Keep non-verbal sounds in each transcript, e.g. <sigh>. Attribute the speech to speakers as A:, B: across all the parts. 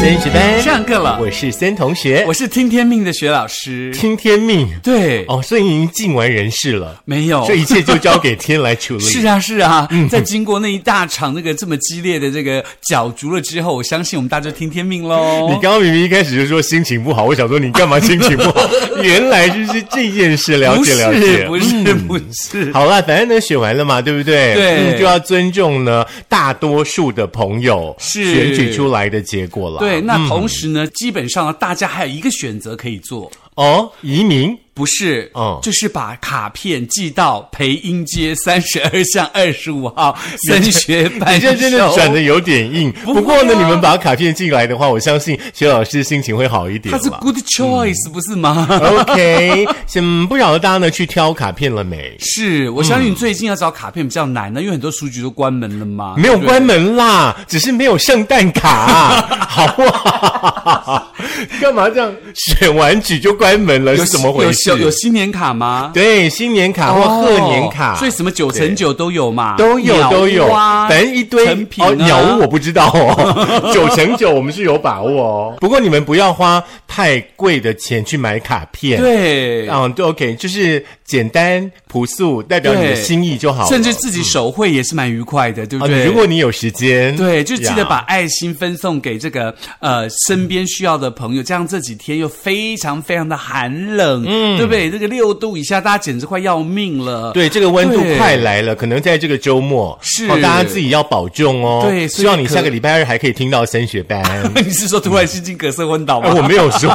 A: 森学班
B: 上课了
A: 我是森同学，
B: 我是听天命的学老师。
A: 听天命
B: 对，
A: 哦，所以已经尽完人事了，
B: 没有
A: 这一切就交给天来处理。
B: 哦是啊，是啊，在经过那一大场那个这么激烈的这个角逐了之后，我相信我们大家就听天命喽。
A: 你刚刚明明一开始就说心情不好，我想说你干嘛心情不
B: <laughs>
A: 好？原来就是这件事，了
B: 不
A: 解
B: 是
A: 了解，嗯
B: 不是不是，
A: 好啦，反正呢选完了嘛，对不对？
B: 对
A: 嗯就要尊重呢大多数的朋友
B: 是
A: 选举出来的结果了。
B: 对，，那同时呢，基本上大家还有一个选择可以做，
A: 哦，移民
B: 不是，
A: 哦
B: 就是把卡片寄到培英街三十二巷二十五号升学
A: 你
B: 班
A: 这真的
B: 收
A: 转的有点硬。
B: <laughs> 不
A: 不过呢，
B: 会啊
A: 你们把卡片寄来的话，我相信薛老师心情会好一点
B: 它是
A: 了。
B: good choice、不是吗？
A: OK，嗯，不晓得大家呢去挑卡片了没？
B: 是，我相信最近要找卡片比较难呢，因为很多书局都关门了嘛。
A: 没有
B: 啊对不对
A: 关门啦，只是没有圣诞卡、
B: <laughs>
A: 好不好？干嘛这样？选完举就关门了，
B: 有
A: 是怎么回事？
B: 有有有新年卡吗？
A: 对，新年卡或贺年卡，
B: 哦所以什么九
A: 对
B: 乘九都有嘛，
A: 都有
B: 鸟屋
A: 都有，
B: 啊
A: 反正一堆
B: 成品啊
A: 哦，鸟屋我不知道
B: <laughs>
A: 哦，九乘九我们是有把握哦。不过你们不要花太贵的钱去买卡片，，
B: 对，
A: 嗯，对，OK，就是简单朴素，代表你的
B: 对
A: 心意就好了。
B: 甚至自己手绘也是蛮愉快的，对不
A: 啊，
B: 对？
A: 你如果你有时间，
B: 对，就记得把
A: 呀
B: 爱心分送给这个呃身边需要的朋友，这样这几天又非常非常的寒冷，嗯，对不对？这个六度以下，大家简直快要命了。
A: 对，这个温度
B: 对
A: 快来了，可能在这个周末，
B: 是
A: 哦，大家自己要保重哦。
B: 对所以
A: 希望你
B: 可
A: 下个礼拜二还可以听到升学班。
B: <laughs>
A: <laughs>
B: 你是说突然心肌梗塞昏倒
A: 啊
B: 吗？
A: 我没有
B: <laughs>
A: 说，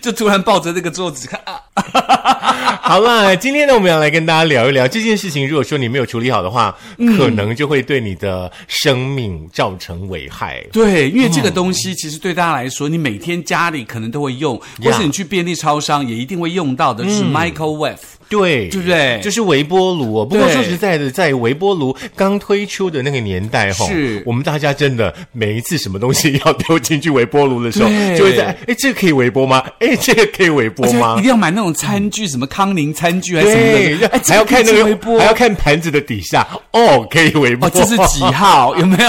B: 就突然抱着那个桌子看啊，
A: 好啦，今天呢，我们要来跟大家聊一聊这件事情。如果说你没有处理好的话，
B: 嗯
A: 可能就会对你的生命造成危害。
B: 对，因为这个东
A: 哦
B: 西其实对大家来说，你每天家里可能都会用，或是你去便利超商也一定会用到的，就是
A: 嗯
B: microwave。
A: 对，
B: 对不对
A: 就是微波炉、哦。不过
B: 对
A: 说实在的，在微波炉刚推出的那个年代、吼，
B: 是
A: 我们大家真的每一次什么东西要丢进去微波炉的时候，
B: 对
A: 就会在哎，这个可以微波吗？哎，这个可以微波
B: 而且
A: 吗
B: 一定？要买那种餐具，什么康宁餐具还是什
A: 对
B: 么的，哎，，这
A: 还要
B: 个可
A: 看
B: 以
A: 那
B: 微
A: 个，
B: 波
A: 还要看盘子的底下哦，可以微波。
B: 哦，这是几号？有没
A: <laughs>
B: 有？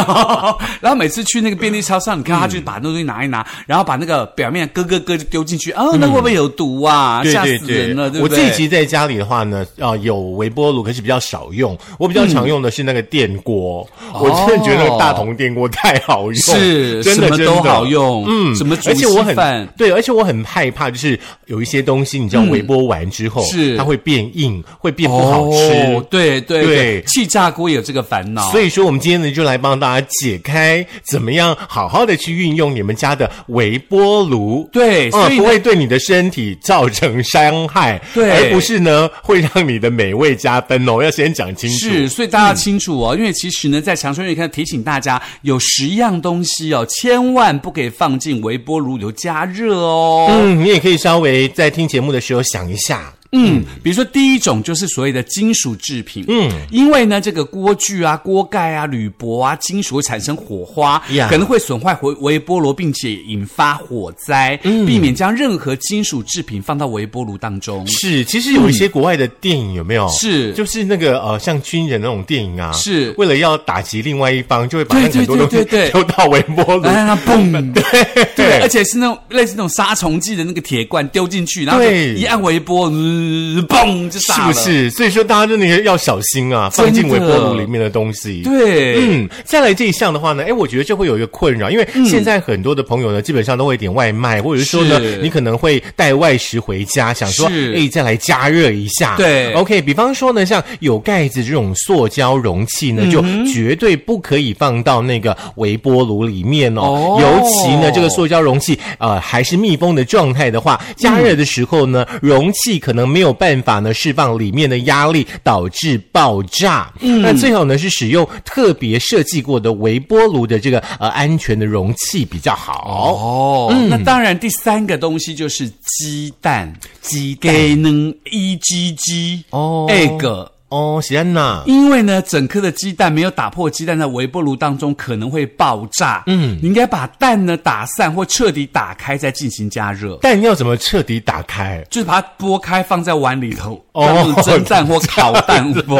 B: 然后每次去那个便利超商，你
A: 嗯
B: 看他就把那东西拿一拿，然后把那个表面咯咯咯就丢进去。哦，那会不会有毒啊？
A: 嗯对
B: 吓
A: 对
B: 死人了，对不
A: 我
B: 对？
A: 自己其实在家里的话呢，啊、有微波炉，可是比较少用。我比较常用的是那个电锅，我真的觉得那个大同电锅太好用，
B: 嗯哦是
A: 真的
B: 哦什么
A: 真
B: 都
A: 的
B: 好用，嗯，什么煮
A: 而且我
B: 稀
A: 很
B: 饭。嗯
A: 对，而且我很害怕，就是有一些东西，你知道微波完之后，
B: 是
A: 它会变硬，会变不好吃。
B: 哦、对对
A: 对
B: 气炸锅有这个烦恼。
A: 所以说，我们今天呢就来帮大家解开怎么样好好的去运用你们家的微波炉。
B: 对，所
A: 嗯，
B: 以
A: 不
B: 呢、
A: 会对你的身体造成伤害，
B: 对
A: 而不是呢会让你的美味加分哦。要先讲清楚，嗯
B: 是，所以大家清楚哦，因为其实呢，在长春院看提醒大家，有十样东西哦，千万不可以放进微波炉油加热哦。
A: 嗯，你也可以稍微在听节目的时候想一下，
B: 嗯，比如说第一种就是所谓的金属制品，嗯，因为呢这个锅具啊、锅盖啊、铝箔啊，金属会产生火花
A: Yeah
B: 可能会损坏微微波炉，并且引发火灾，
A: 嗯
B: 避免将任何金属制品放到微波炉当中。
A: 是，其实有一些国外的电影有没有？
B: 嗯是
A: 就是那个呃，像军人那种电影啊，
B: 是
A: 为了要打击另外一方，就会把那
B: 对
A: 个很多东西
B: 对对对对
A: 丢到微波炉。
B: 然后
A: <laughs>
B: 它哎嘣，
A: 对
B: 对，哎而且是那种类似那种杀虫剂的那个铁罐丢进去，然后就
A: 对
B: 一按微波，嗯嘣就是炸
A: 不
B: 了，？
A: 是？所以说大家真的要小心啊，放进
B: 真
A: 微
B: 的
A: 波炉里面的东西。
B: 对，
A: 嗯，再来这一项的话呢，哎，我觉得就会有一个困扰，因为现在很多的朋友呢，基本上都会点外卖，或者是说呢
B: 是，
A: 你可能会带外食回家，想说，
B: 是
A: 哎，再来加热一下。
B: 对
A: ，OK，比方说呢，像有盖子这种塑胶容器
B: 嗯
A: 呢，就绝对不可以放到那个微波炉里面哦
B: 哦。
A: 尤其呢，这个塑胶容器呃还是密封的状态的话，加热的时候呢，容器可能没有办法呢释放里面的压力，导致爆炸。那最好呢是使用特别设计过的微波炉的这个呃安全的容器比较好。嗯
B: 哦，那当然，第三个东西就是鸡蛋，
A: 鸡蛋
B: 给能一鸡鸡
A: 哦
B: ，egg。
A: 哦，喜安娜。
B: 因为呢，整颗的鸡蛋没有打破，鸡蛋在微波炉当中可能会爆炸。嗯，你应该把蛋呢打散或彻底打开，再进行加热，
A: 蛋要怎么彻底打开？
B: 就是把它剥开放在碗里头，
A: 哦 <laughs>
B: 当成蒸蛋或烤蛋，不？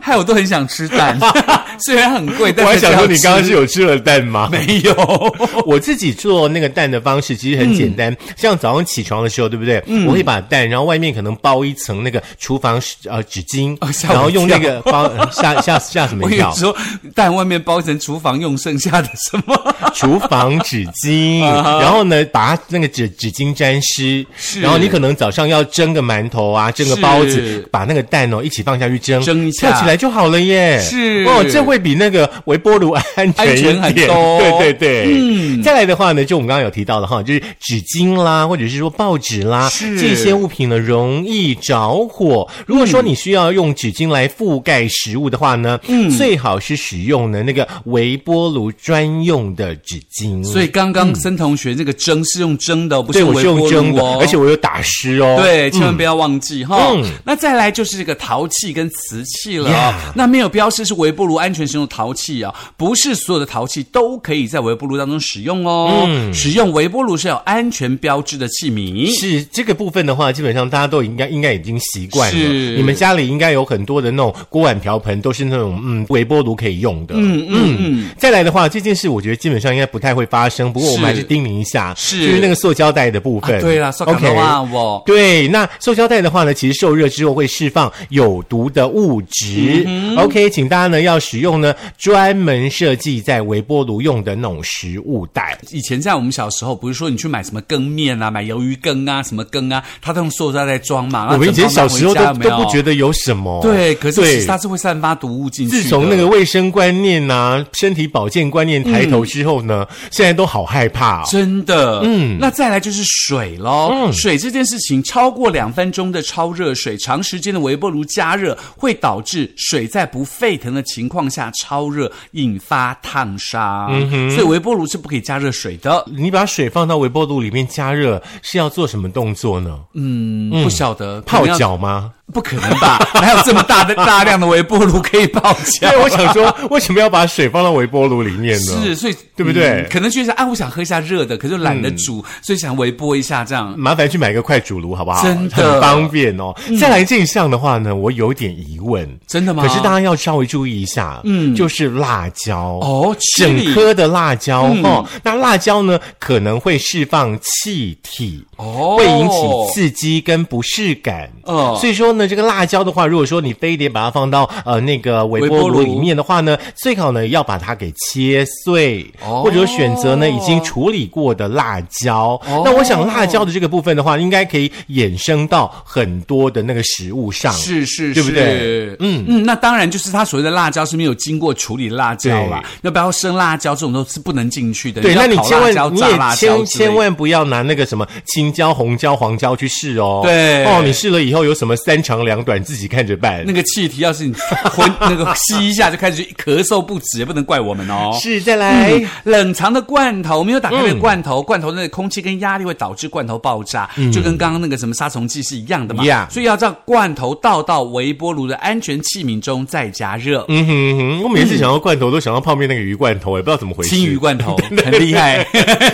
B: 害我都很想吃蛋， <laughs> 虽然很
A: <laughs>
B: 贵，但
A: 我还
B: 是
A: 想说，
B: 要
A: 你刚刚
B: 吃
A: 是有吃了蛋 <laughs> 吗？
B: 没有？
A: 我自己做那个蛋的方式其实很简单，像早上起床的时候，对不对？我会把蛋，然后外面可能包一层那个厨房呃纸巾，
B: 哦吓我
A: 然后用那个包呃吓吓吓什么
B: 我
A: 一
B: 有
A: 跳？
B: 时候蛋外面包成厨房用剩下的什么？
A: <laughs> 厨房纸巾，然后呢，把它那个纸纸巾沾湿，
B: 啊是
A: 然后你可能早上要蒸个馒头啊，蒸个包
B: 是
A: 子，把那个蛋哦一起放下去蒸，
B: 蒸一下
A: 跳起来就好了耶。
B: 是
A: 哦，这会比那个微波炉安全一点，
B: 安全很多
A: 对对对，嗯。再来的话呢，就我们刚刚有提到的哈，就是纸巾啦，或者是说报纸啦，
B: 是
A: 这些物品呢容易着火。如果说你需要用纸巾来覆盖食物的话呢，嗯，最好是使用呢那个微波炉专用的纸巾。
B: 所以刚刚森同学这个蒸是用蒸的哦，不
A: 对
B: 是
A: 我
B: 微
A: 是用
B: 波
A: 蒸
B: 炉
A: 的，
B: 哦。
A: 而且我有打湿哦。
B: 对，千万不要忘记哈、
A: 嗯
B: 那再来就是这个陶器跟瓷器了、哦。那没有标示是微波炉安全使用陶器啊、不是所有的陶器都可以在微波炉当中使用哦。
A: 嗯
B: 使用微波炉是要有安全标志的器皿。
A: 是这个部分的话，基本上大家都应该应该已经习惯了。
B: 是
A: 你们家里应该有很多的那种锅碗瓢盆，都是那种嗯微波炉可以用的。嗯嗯嗯。再来的话，这件事我觉得基本上应该不太会发生，不过我们
B: 是
A: 还是叮咛一下，
B: 是
A: 就是那个塑胶袋的部分。
B: 啊对啦塑胶袋
A: OK
B: 哇哦
A: 对，那塑胶袋的话呢，其实受热之后会释放有毒的物质。OK，请
B: 嗯
A: 大家呢要使用呢专门设计在微波炉用的那种食物袋。
B: 以前在我们小时候，不是说你去买什么羹面啊，买鱿鱼羹啊，什么羹啊，它都用塑料袋装嘛。
A: 我们以前小时候都都不觉
B: 得。
A: 得有什么，
B: 对，可是其
A: 对
B: 实它是会散发毒物进去的。
A: 自从那个卫生观念呐、身体保健观念抬头之后呢，
B: 嗯
A: 现在都好嗯害怕、哦。
B: 真的，嗯，那再来就是水喽。水这件事情，超过两分钟的超热水，长时间的微波炉加热，会导致水在不沸腾的情况下超热，引发烫伤。
A: 嗯
B: 所以微波炉是不可以加热水的。
A: 你把水放到微波炉里面加热，是要做什么动作呢？
B: 嗯，不晓得
A: 泡，
B: 可能要
A: 脚吗？
B: 不可能吧？ <laughs> 哪有这么
A: <laughs>
B: 大的大量的微波炉可以泡脚
A: 对，？我想说， <laughs> 为什么要把水放到微波炉里面呢？
B: 是，所以
A: 对不嗯对
B: 可能就是啊，我想喝一下热的，可是懒得煮，所以想微波一下这样。
A: 麻烦去买个快煮炉好不好？
B: 真的嗯
A: 很方便哦。再来这一项的话呢，我有点疑问，
B: 真的吗
A: 可是大家要稍微注意一下，嗯，就是辣椒
B: 哦
A: 整
B: chili
A: 颗的辣椒
B: 嗯
A: 哦。那辣椒呢，可能会释放气体
B: 哦
A: 会引起刺激跟不适感。
B: 嗯
A: 所以说呢，这个辣椒的话，如果说你非得把它放到呃那个微波炉
B: 微波炉
A: 里面的话呢，最好呢要把它给切碎，
B: 哦
A: 或者选择呢已经处理过的辣椒。
B: 哦
A: 那我想辣椒的这个部分的话，应该可以衍生到很多的那个食物上。
B: 是是，
A: 对不对
B: 是？嗯嗯，那当然就是它所谓的辣椒是没有经过处理辣椒啦
A: 对，
B: 那包括生辣椒这种都是不能进去的。
A: 对，那你
B: 要烤
A: 千
B: 辣
A: 万
B: 椒、
A: 你
B: 炸辣
A: 也
B: 椒
A: 千
B: 之类的
A: 千。万不要拿那个什么青椒、红椒、黄椒去试哦。
B: 对
A: 哦，你试了以后有什么三长两短，自己看着办
B: 那。个气体要是你昏那个吸一下就开始咳嗽不止，也不能怪我们哦。
A: 是，哎嗯再来。
B: 嗯冷藏的罐头没有打开的罐头，罐头那个空气跟压力会导致罐头爆炸，
A: 嗯
B: 就跟刚刚那个什么杀虫剂是一样的嘛。
A: Yeah
B: 所以要让罐头倒到微波炉的安全器皿中再加热。
A: 嗯哼哼，我每次想到罐头都想到泡面那个鱼罐头，也不知道怎么回事。
B: 青鱼罐
A: <laughs>
B: 头很厉害，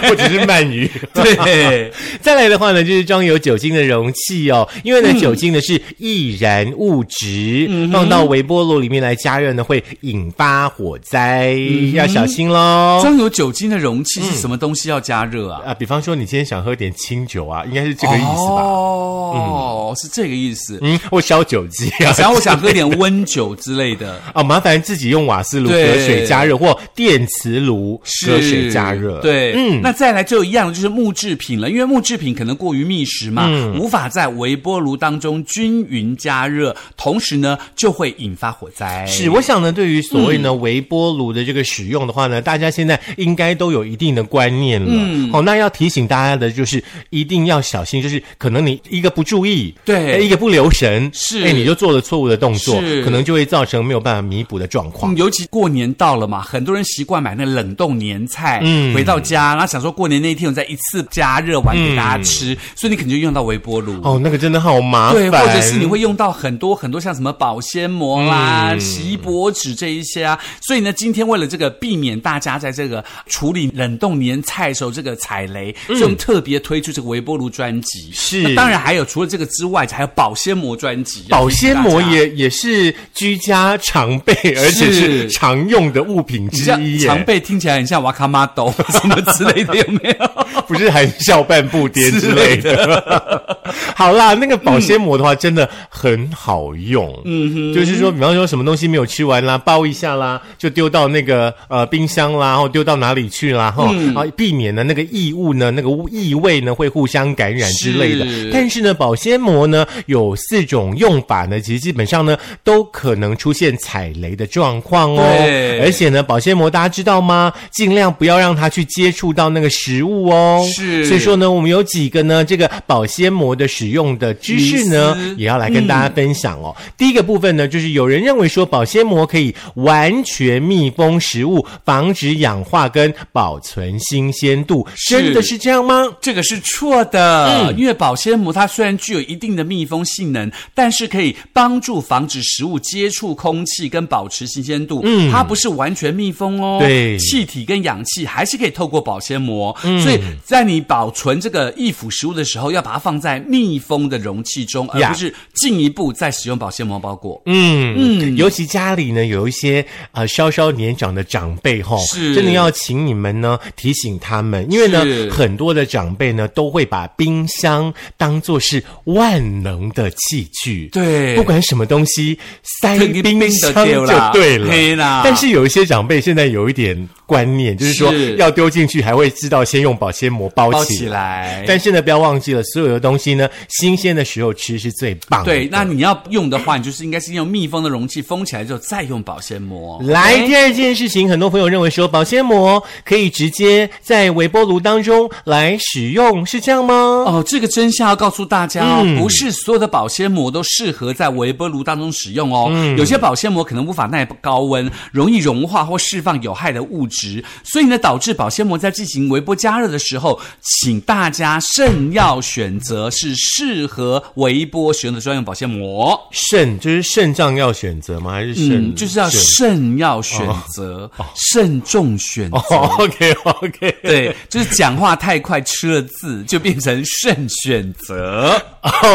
A: 或者是鳗鱼。
B: 对。
A: 再来的话呢，就是装有酒精的容器哦，因为呢，酒精呢是易燃物质，放到微波炉里面来加热呢，会引发火灾，要小心喽。
B: 装有酒精的容器是什么东西要加热啊？
A: 啊，比方说你今天想喝点清酒啊，应该是这个意思吧？
B: 哦，是这个意思。
A: 嗯，或烧酒鸡啊。
B: 然后我想喝点温酒之类 <laughs> 的，
A: <laughs> 哦，麻烦自己用瓦斯炉
B: 对
A: 隔水加热，或电磁炉隔水加热。
B: 对，嗯，那再来就一样的就是木制品了，因为木制品可能过于密实嘛，无法在微波炉当中均匀加热，同时呢就会引发火灾。
A: 是，我想呢，对于所谓
B: 嗯
A: 呢微波炉的这个使用的话呢，大家现在应该都有一定的观念了。嗯，好，那要提醒大家的就是一定要小心，就是可能你一个不注意，
B: 对
A: 哎一个不留神，
B: 是
A: 哎，你就做了错误的动作
B: 是，
A: 可能就会造成没有办法弥补的状况。
B: 嗯，尤其过年到了嘛，很多人习惯买那冷冻年菜，嗯，回到家，然后想说过年那一天我嗯再一次加热完给大家吃，所以你肯定用到微波炉。
A: 哦，那个真的好麻烦、
B: 对，
A: 哦，
B: 或者是你会用到很多很多像什么保鲜膜啦、
A: 嗯
B: 锡箔纸这一些啊。所以呢，今天为了这个避免大家在这个处理冷冻年菜的时候这个踩雷，所以我们特别推出这个微波炉专辑。
A: 嗯是
B: 那当然还有除了这个之外，还有保鲜膜专辑。啊
A: 保鲜膜也也是居家常备，而且是常用的物品
B: 你
A: 之
B: 这样
A: 一耶。
B: 常备听起来很像瓦卡玛豆什么之类的，有没有？
A: <laughs> 不是含笑半步癫之类的。好啦，那个保鲜膜的话，真的很好用。嗯哼，就是说，比方说什么东西没有吃完啦，包一下啦，就丢到那个呃冰箱啦，或丢到哪里去啦，哈、啊，避免呢那个异物呢，那个异味呢会互相感染之类的。
B: 是
A: 但是呢，保鲜膜呢有四种用法呢，其实基本上呢都可能出现踩雷的状况哦。
B: 对
A: 而且呢，保鲜膜大家知道吗？尽量不要让它去接触到那个食物哦。
B: 是
A: 所以说呢，我们有几个呢这个保鲜膜的使用的知识呢
B: 迷思，
A: 也要来跟大家分享哦。第一个部分呢，就是有人认为说保鲜膜可以完全密封食物，防止氧化跟保存新鲜度，真的是这样吗？
B: 这个是错的，
A: 嗯
B: 因为保鲜膜它虽然具有一定的密封性能，但是可以帮助防止食物接触空气跟保持新鲜度。嗯，它不是完全密封哦，
A: 对嗯
B: 气体跟氧气还是可以透过保鲜膜。所以在你保存这个易腐食物的时候，要把它放在密封的容器中，而
A: 呀
B: 不是进一步再使用保鲜膜包裹。
A: 嗯嗯，尤其家里呢有一些呃稍稍年长的长辈吼，
B: 是
A: 真的要请你们呢提醒他们，因为呢
B: 是
A: 很多的长辈呢都会把冰箱当做是万能的器具，
B: 对
A: 不管什么东西塞
B: 塞进
A: 冰
B: 冰
A: 箱
B: 箱
A: 就
B: 就
A: 对
B: 对
A: 了，
B: 了嘿啦
A: 但是有一些长辈现在有一点观念，就是说
B: 是
A: 要丢进去还会知道先用保鲜膜包
B: 包
A: 起
B: 起
A: 来。
B: 来，
A: 但是呢，不要忘记了，所有的东西呢，新鲜的时候吃是最棒的。
B: 对，那你要用的话，你就是应该是用密封的容器封起来之后再用保鲜膜。
A: 来，第二件事情，很多朋友认为说保鲜膜可以直接在微波炉当中来使用，是这样吗？
B: 哦，这个真相要告诉大家哦，
A: 嗯
B: 不是所有的保鲜膜都适合在微波炉当中使用哦。
A: 嗯
B: 有些保鲜膜可能无法耐高温，容易融化或释放有害的物质，所以呢，导致保鲜膜在进行微波加热的时候，请大家慎要选择是适合微波使用的专用保鲜膜。
A: 肾就是肾脏要选择吗？还是肾、
B: 嗯，就是要
A: 肾
B: 慎要选择，慎重选择。
A: 哦，OK OK，
B: 对，就是讲话太快，吃了字就变成慎选择。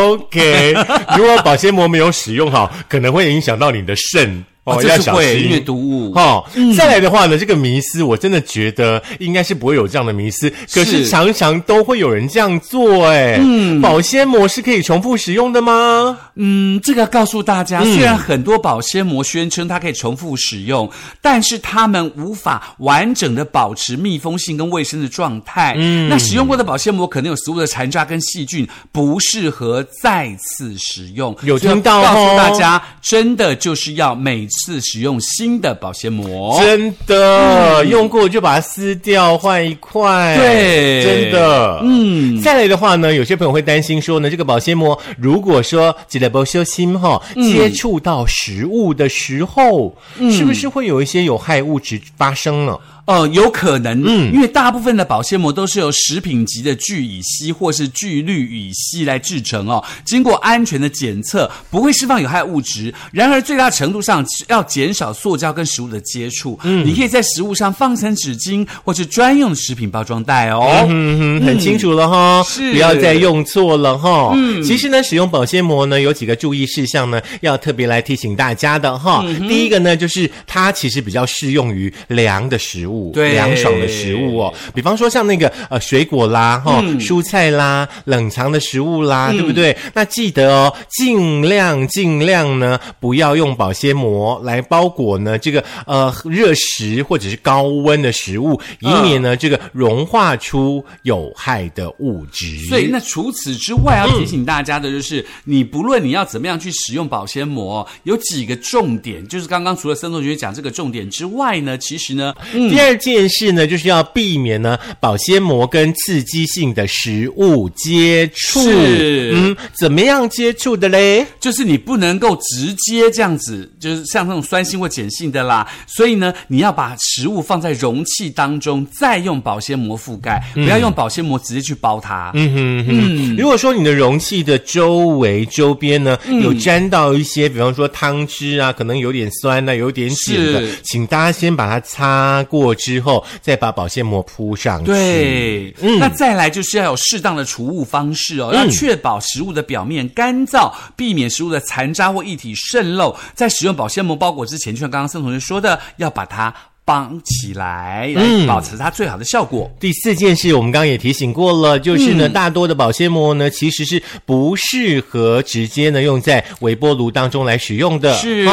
A: OK，如果保鲜膜没有使用好，可能会影响到你的肾哦，
B: 这
A: 要
B: 是
A: 小
B: 会
A: 心
B: 阅。读物。
A: 哦，
B: 嗯
A: 再来的话呢，这个迷思我真的觉得应该是不会有这样的迷思，可是
B: 是
A: 常常都会有人这样做，哎，嗯，保鲜膜是可以重复使用的吗？
B: 嗯，这个要告诉大家，
A: 嗯
B: 虽然很多保鲜膜宣称它可以重复使用，但是它们无法完整的保持密封性跟卫生的状态。嗯，那使用过的保鲜膜可能有食物的残渣跟细菌，不适合再次使用。
A: 有
B: 所以
A: 听到
B: 告
A: 哦
B: 诉大家，真的就是要每次使用新的保鲜膜。
A: 真的、用过就把它撕掉，换一块。
B: 对
A: 真的。嗯，再来的话呢，有些朋友会担心说呢，这个保鲜膜如果说吉列波修心哈，接触到食物的时候，是不是会有一些有害物质发生呢？
B: 呃，有可能，嗯，因为大部分的保鲜膜都是由食品级的聚乙烯或是聚氯乙烯来制成哦，经过安全的检测，不会释放有害物质。然而，最大程度上要减少塑胶跟食物的接触。嗯，你可以在食物上放层纸巾或是专用的食品包装袋哦。
A: 嗯哼，很清楚了哈，
B: 是
A: 不要再用错了哈。嗯，其实呢，使用保鲜膜呢，有几个注意事项呢，要特别来提醒大家的哈。第一个呢，就是它其实比较适用于凉的食物，
B: 对
A: 凉爽的食物哦，比方说像那个呃水果啦，哈、蔬菜啦，冷藏的食物啦，对不对？那记得哦，尽量尽量呢，不要用保鲜膜来包裹呢这个呃热食或者是高温的食物，以
B: 嗯
A: 免呢这个融化出有害的物质。
B: 所以，那除此之外，要提醒大家的就是，你不论你要怎么样去使用保鲜哦膜，有几个重点，就是刚刚除了森同学讲这个重点之外呢，其实呢，
A: 第二二件事呢，就是要避免呢保鲜膜跟刺激性的食物接触。
B: 是
A: 嗯，怎么样接触的嘞？
B: 就是你不能够直接这样子，就是像那种酸性或碱性的啦。所以呢，你要把食物放在容器当中，再用保鲜膜覆盖，不要用保鲜膜直接去包它。嗯，
A: 嗯，如果说你的容器的周围周边呢、
B: 嗯
A: 有沾到一些，比方说汤汁啊，可能有点酸呐、有点碱的
B: 是，
A: 请大家先把它擦过之后，再把保鲜膜铺上去。，
B: 对。那再来就是要有适当的除物方式哦，要确保食物的表面干燥，避免食物的残渣或液体渗漏。在使用保鲜膜包裹之前，就像刚刚孙同学说的，要把它。绑起来，来保持它最好的效果。
A: 第四件事，我们刚刚也提醒过了，就是呢，大多的保鲜膜呢，其实是不适合直接呢用在微波炉当中来使用的。哦
B: 是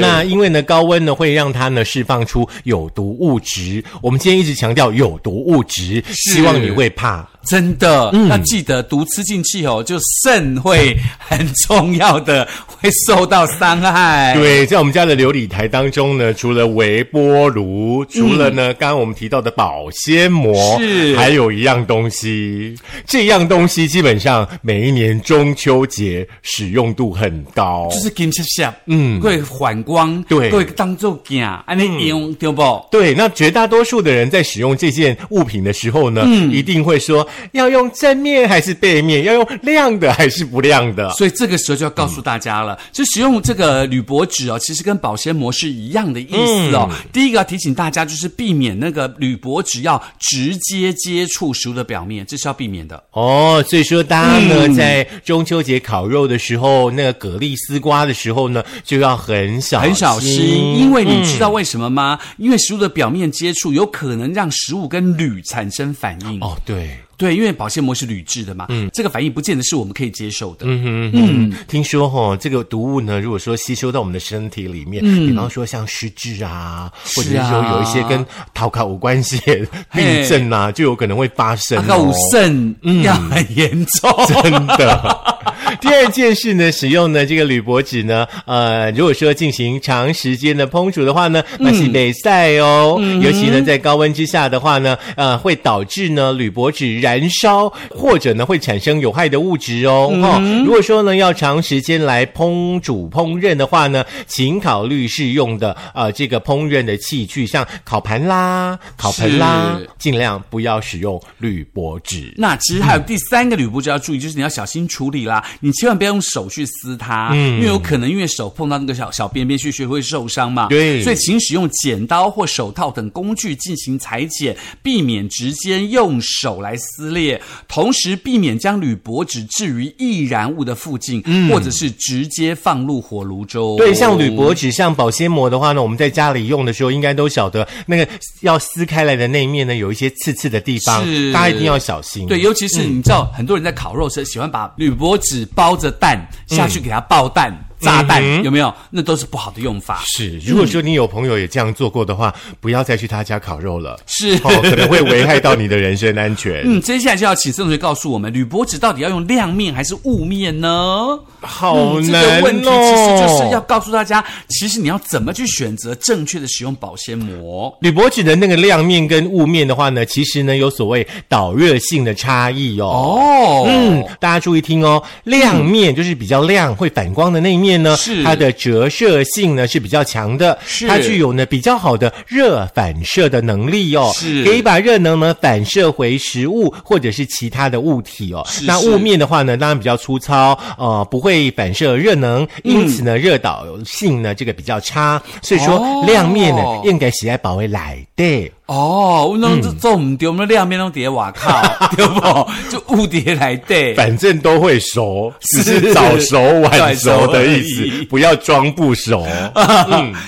A: 那因为呢，高温呢会让它呢释放出有毒物质。我们今天一直强调有毒物质，希望你会怕。
B: 真的，
A: 嗯
B: 要记得毒吃进去哦，就肾会很重要的会受到伤害。
A: 对，在我们家的琉璃台当中呢，除了微波炉，除了呢，刚刚我们提到的保鲜膜，
B: 嗯是
A: 还有一样东西，这样东西基本上每一年中秋节使用度很高，
B: 就是金闪闪，嗯，会反光，
A: 对嗯
B: 会当做镜，安尼用对不？
A: 对，那绝大多数的人在使用这件物品的时候呢，
B: 嗯
A: 一定会说要用正面还是背面，要用亮的还是不亮的。
B: 所以这个时候就要告诉大家了，
A: 嗯
B: 就使用这个铝箔纸哦，其实跟保鲜膜是一样的意思
A: 嗯
B: 哦。第一个要提醒大家，就是避免那个铝箔纸要直接接触食物的表面，这是要避免的。
A: 哦，所以说大家呢，
B: 嗯
A: 在中秋节烤肉的时候，那个蛤蜊丝瓜的时候呢，就要很小
B: 很小心，因为你知道为什么吗？因为食物的表面接触有可能让食物跟铝产生反应。
A: 哦，对。
B: 对，因为保鲜膜是铝制的嘛，这个反应不见得是我们可以接受的。
A: 嗯，听说哈、这个毒物呢，如果说吸收到我们的身体里面，比方说像失智啊，或者是说有一些跟逃考无关系的病症啊，就有可能会发生、哦。
B: 那个五肾
A: 嗯
B: 要很严重，
A: <laughs> 真的。第二件事呢，使用呢这个铝箔纸呢，呃，如果说进行长时间的烹煮的话呢，那是得晒哦。尤其呢，在高温之下的话呢，呃，会导致呢铝箔纸燃烧，或者呢会产生有害的物质哦。哦，如果说呢要长时间来烹煮烹饪的话呢，请考虑是用的呃这个烹饪的器具，像烤盘啦、烤盆啦
B: 是，
A: 尽量不要使用铝箔纸。
B: 那其实还有第三个铝箔纸要注意，就是你要小心处理
A: 嗯
B: 啦，你千万不要用手去撕它，因为有可能因为手碰到那个小小边边屑屑会受伤嘛。
A: 对
B: 所以请使用剪刀或手套等工具进行裁剪，避免直接用手来撕裂，同时避免将铝箔纸置于易燃物的附近，或者是直接放入火炉中。
A: 嗯对，像铝箔纸、像保鲜膜的话呢，我们在家里用的时候，应该都晓得那个要撕开来的那一面呢，有一些刺刺的地方
B: 是，
A: 大家一定要小心。
B: 对，尤其是
A: 嗯
B: 你知道，很多人在烤肉时喜欢把铝箔纸包着蛋
A: 嗯
B: 下去给它爆蛋、炸蛋，有没有？那都是不好的用法。
A: 是，如果说你有朋友也这样做过的话，不要再去他家烤肉
B: <laughs>
A: 了，
B: 是
A: 哦，可能会危害到你的人身安全。
B: 嗯，接下来就要请孙同学告诉我们，铝箔纸到底要用亮面还是雾面呢？嗯
A: 好
B: 这
A: 难哦。
B: 个问题其实就是要告诉大家，其实你要怎么去选择正确的使用保鲜膜。
A: 铝箔纸的那个亮面跟雾面的话呢，其实呢有所谓导热性的差异哦。
B: 哦，
A: 嗯，大家注意听哦，亮面就是比较亮、会反光的那一面呢，
B: 嗯是
A: 它的折射性呢是比较强的，
B: 是
A: 它具有呢比较好的热反射的能力哦，
B: 是
A: 可以把热能呢反射回食物或者是其他的物体哦。
B: 是
A: 那
B: 是
A: 雾面的话呢，当然比较粗糙，呃，不会反射热能，
B: 嗯
A: 因此呢、热导性呢这个比较差，所以
B: 哦
A: 说亮面呢、应该喜爱保卫来的。
B: 哦，那这这我们丢我们亮面弄叠瓦
A: <laughs>
B: 靠，对不？就雾叠来对。
A: 反正都会熟，只
B: 是
A: 是早熟晚熟嗯的意
B: 早熟而已
A: 思，不要装不 <laughs> 熟。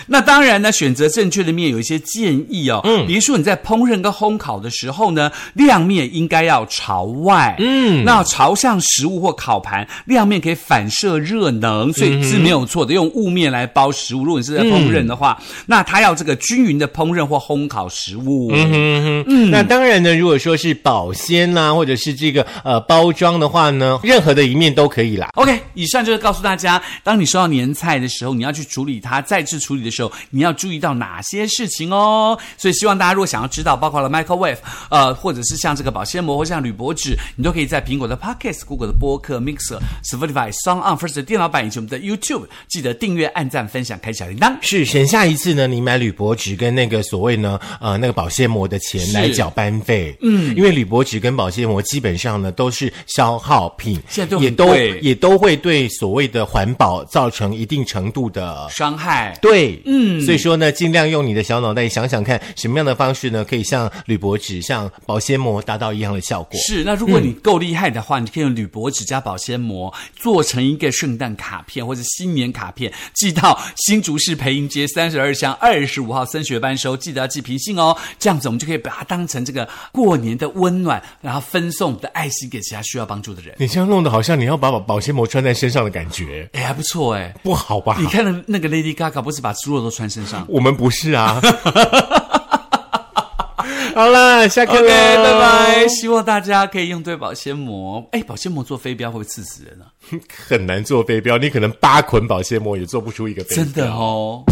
B: 那当然呢，选择正确的面有一些建议哦。嗯，比如说你在烹饪跟烘烤的时候呢，亮面应该要朝外。嗯，那朝向食物或烤盘，亮面可以反射热能，所以是没有错的。用雾面来包食物，如果你是在烹饪的话，那它要这个均匀的烹饪或烘烤食物。物。
A: 嗯哼哼，那当然呢，如果说是保鲜呐、或者是这个呃包装的话呢，任何的一面都可以啦。
B: OK，以上就是告诉大家，当你收到年菜的时候，你要去处理它，再次处理的时候，你要注意到哪些事情哦。所以希望大家如果想要知道，包括了 microwave，呃，或者是像这个保鲜膜或像铝箔纸，你都可以在苹果的 Podcast、Google 的播客、Mixer、Spotify、s o n g On、First 的电脑版以及我们的 YouTube，记得订阅、按赞、分享、开小铃铛。
A: 是，省下一次呢，你买铝箔纸跟那个所谓呢，呃，那个保鲜膜的钱
B: 是
A: 来缴班费。嗯，因为铝箔纸跟保鲜膜基本上呢都是消耗品，
B: 现在都很
A: 也都
B: 贵
A: 也都会对所谓的环保造成一定程度的。
B: 伤害。
A: 对，嗯，所以说呢，尽量用你的小脑袋想想看，什么样的方式呢，可以像铝箔纸、像保鲜膜达到一样的效果。
B: 是，那如果
A: 嗯
B: 你够厉害的话，你可以用铝箔纸加保鲜膜做成一个圣诞卡片或者新年卡片，寄到新竹市培英街三十二巷二十五号升学班收，记得要寄平信哦。这样子我们就可以把它当成这个过年的温暖，然后分送我们的爱心给其他需要帮助的人。
A: 你这样弄得好像你要把保保鲜膜穿在身上的感觉，
B: 哎，还不错哎。
A: <laughs> 不好吧
B: 你？看的那个 Lady Gaga 不是把
A: 哎
B: 猪肉都穿身上
A: 我们不是啊。 <laughs> 好啦，下课
B: ？OK，
A: 喽，
B: 拜
A: <laughs>
B: 拜。希望大家可以用对保鲜膜。哎，保鲜膜做飞镖会不会刺死人啊？
A: 很难做飞镖，你可能八捆保鲜膜也做不出一个飞镖。
B: 真的哦。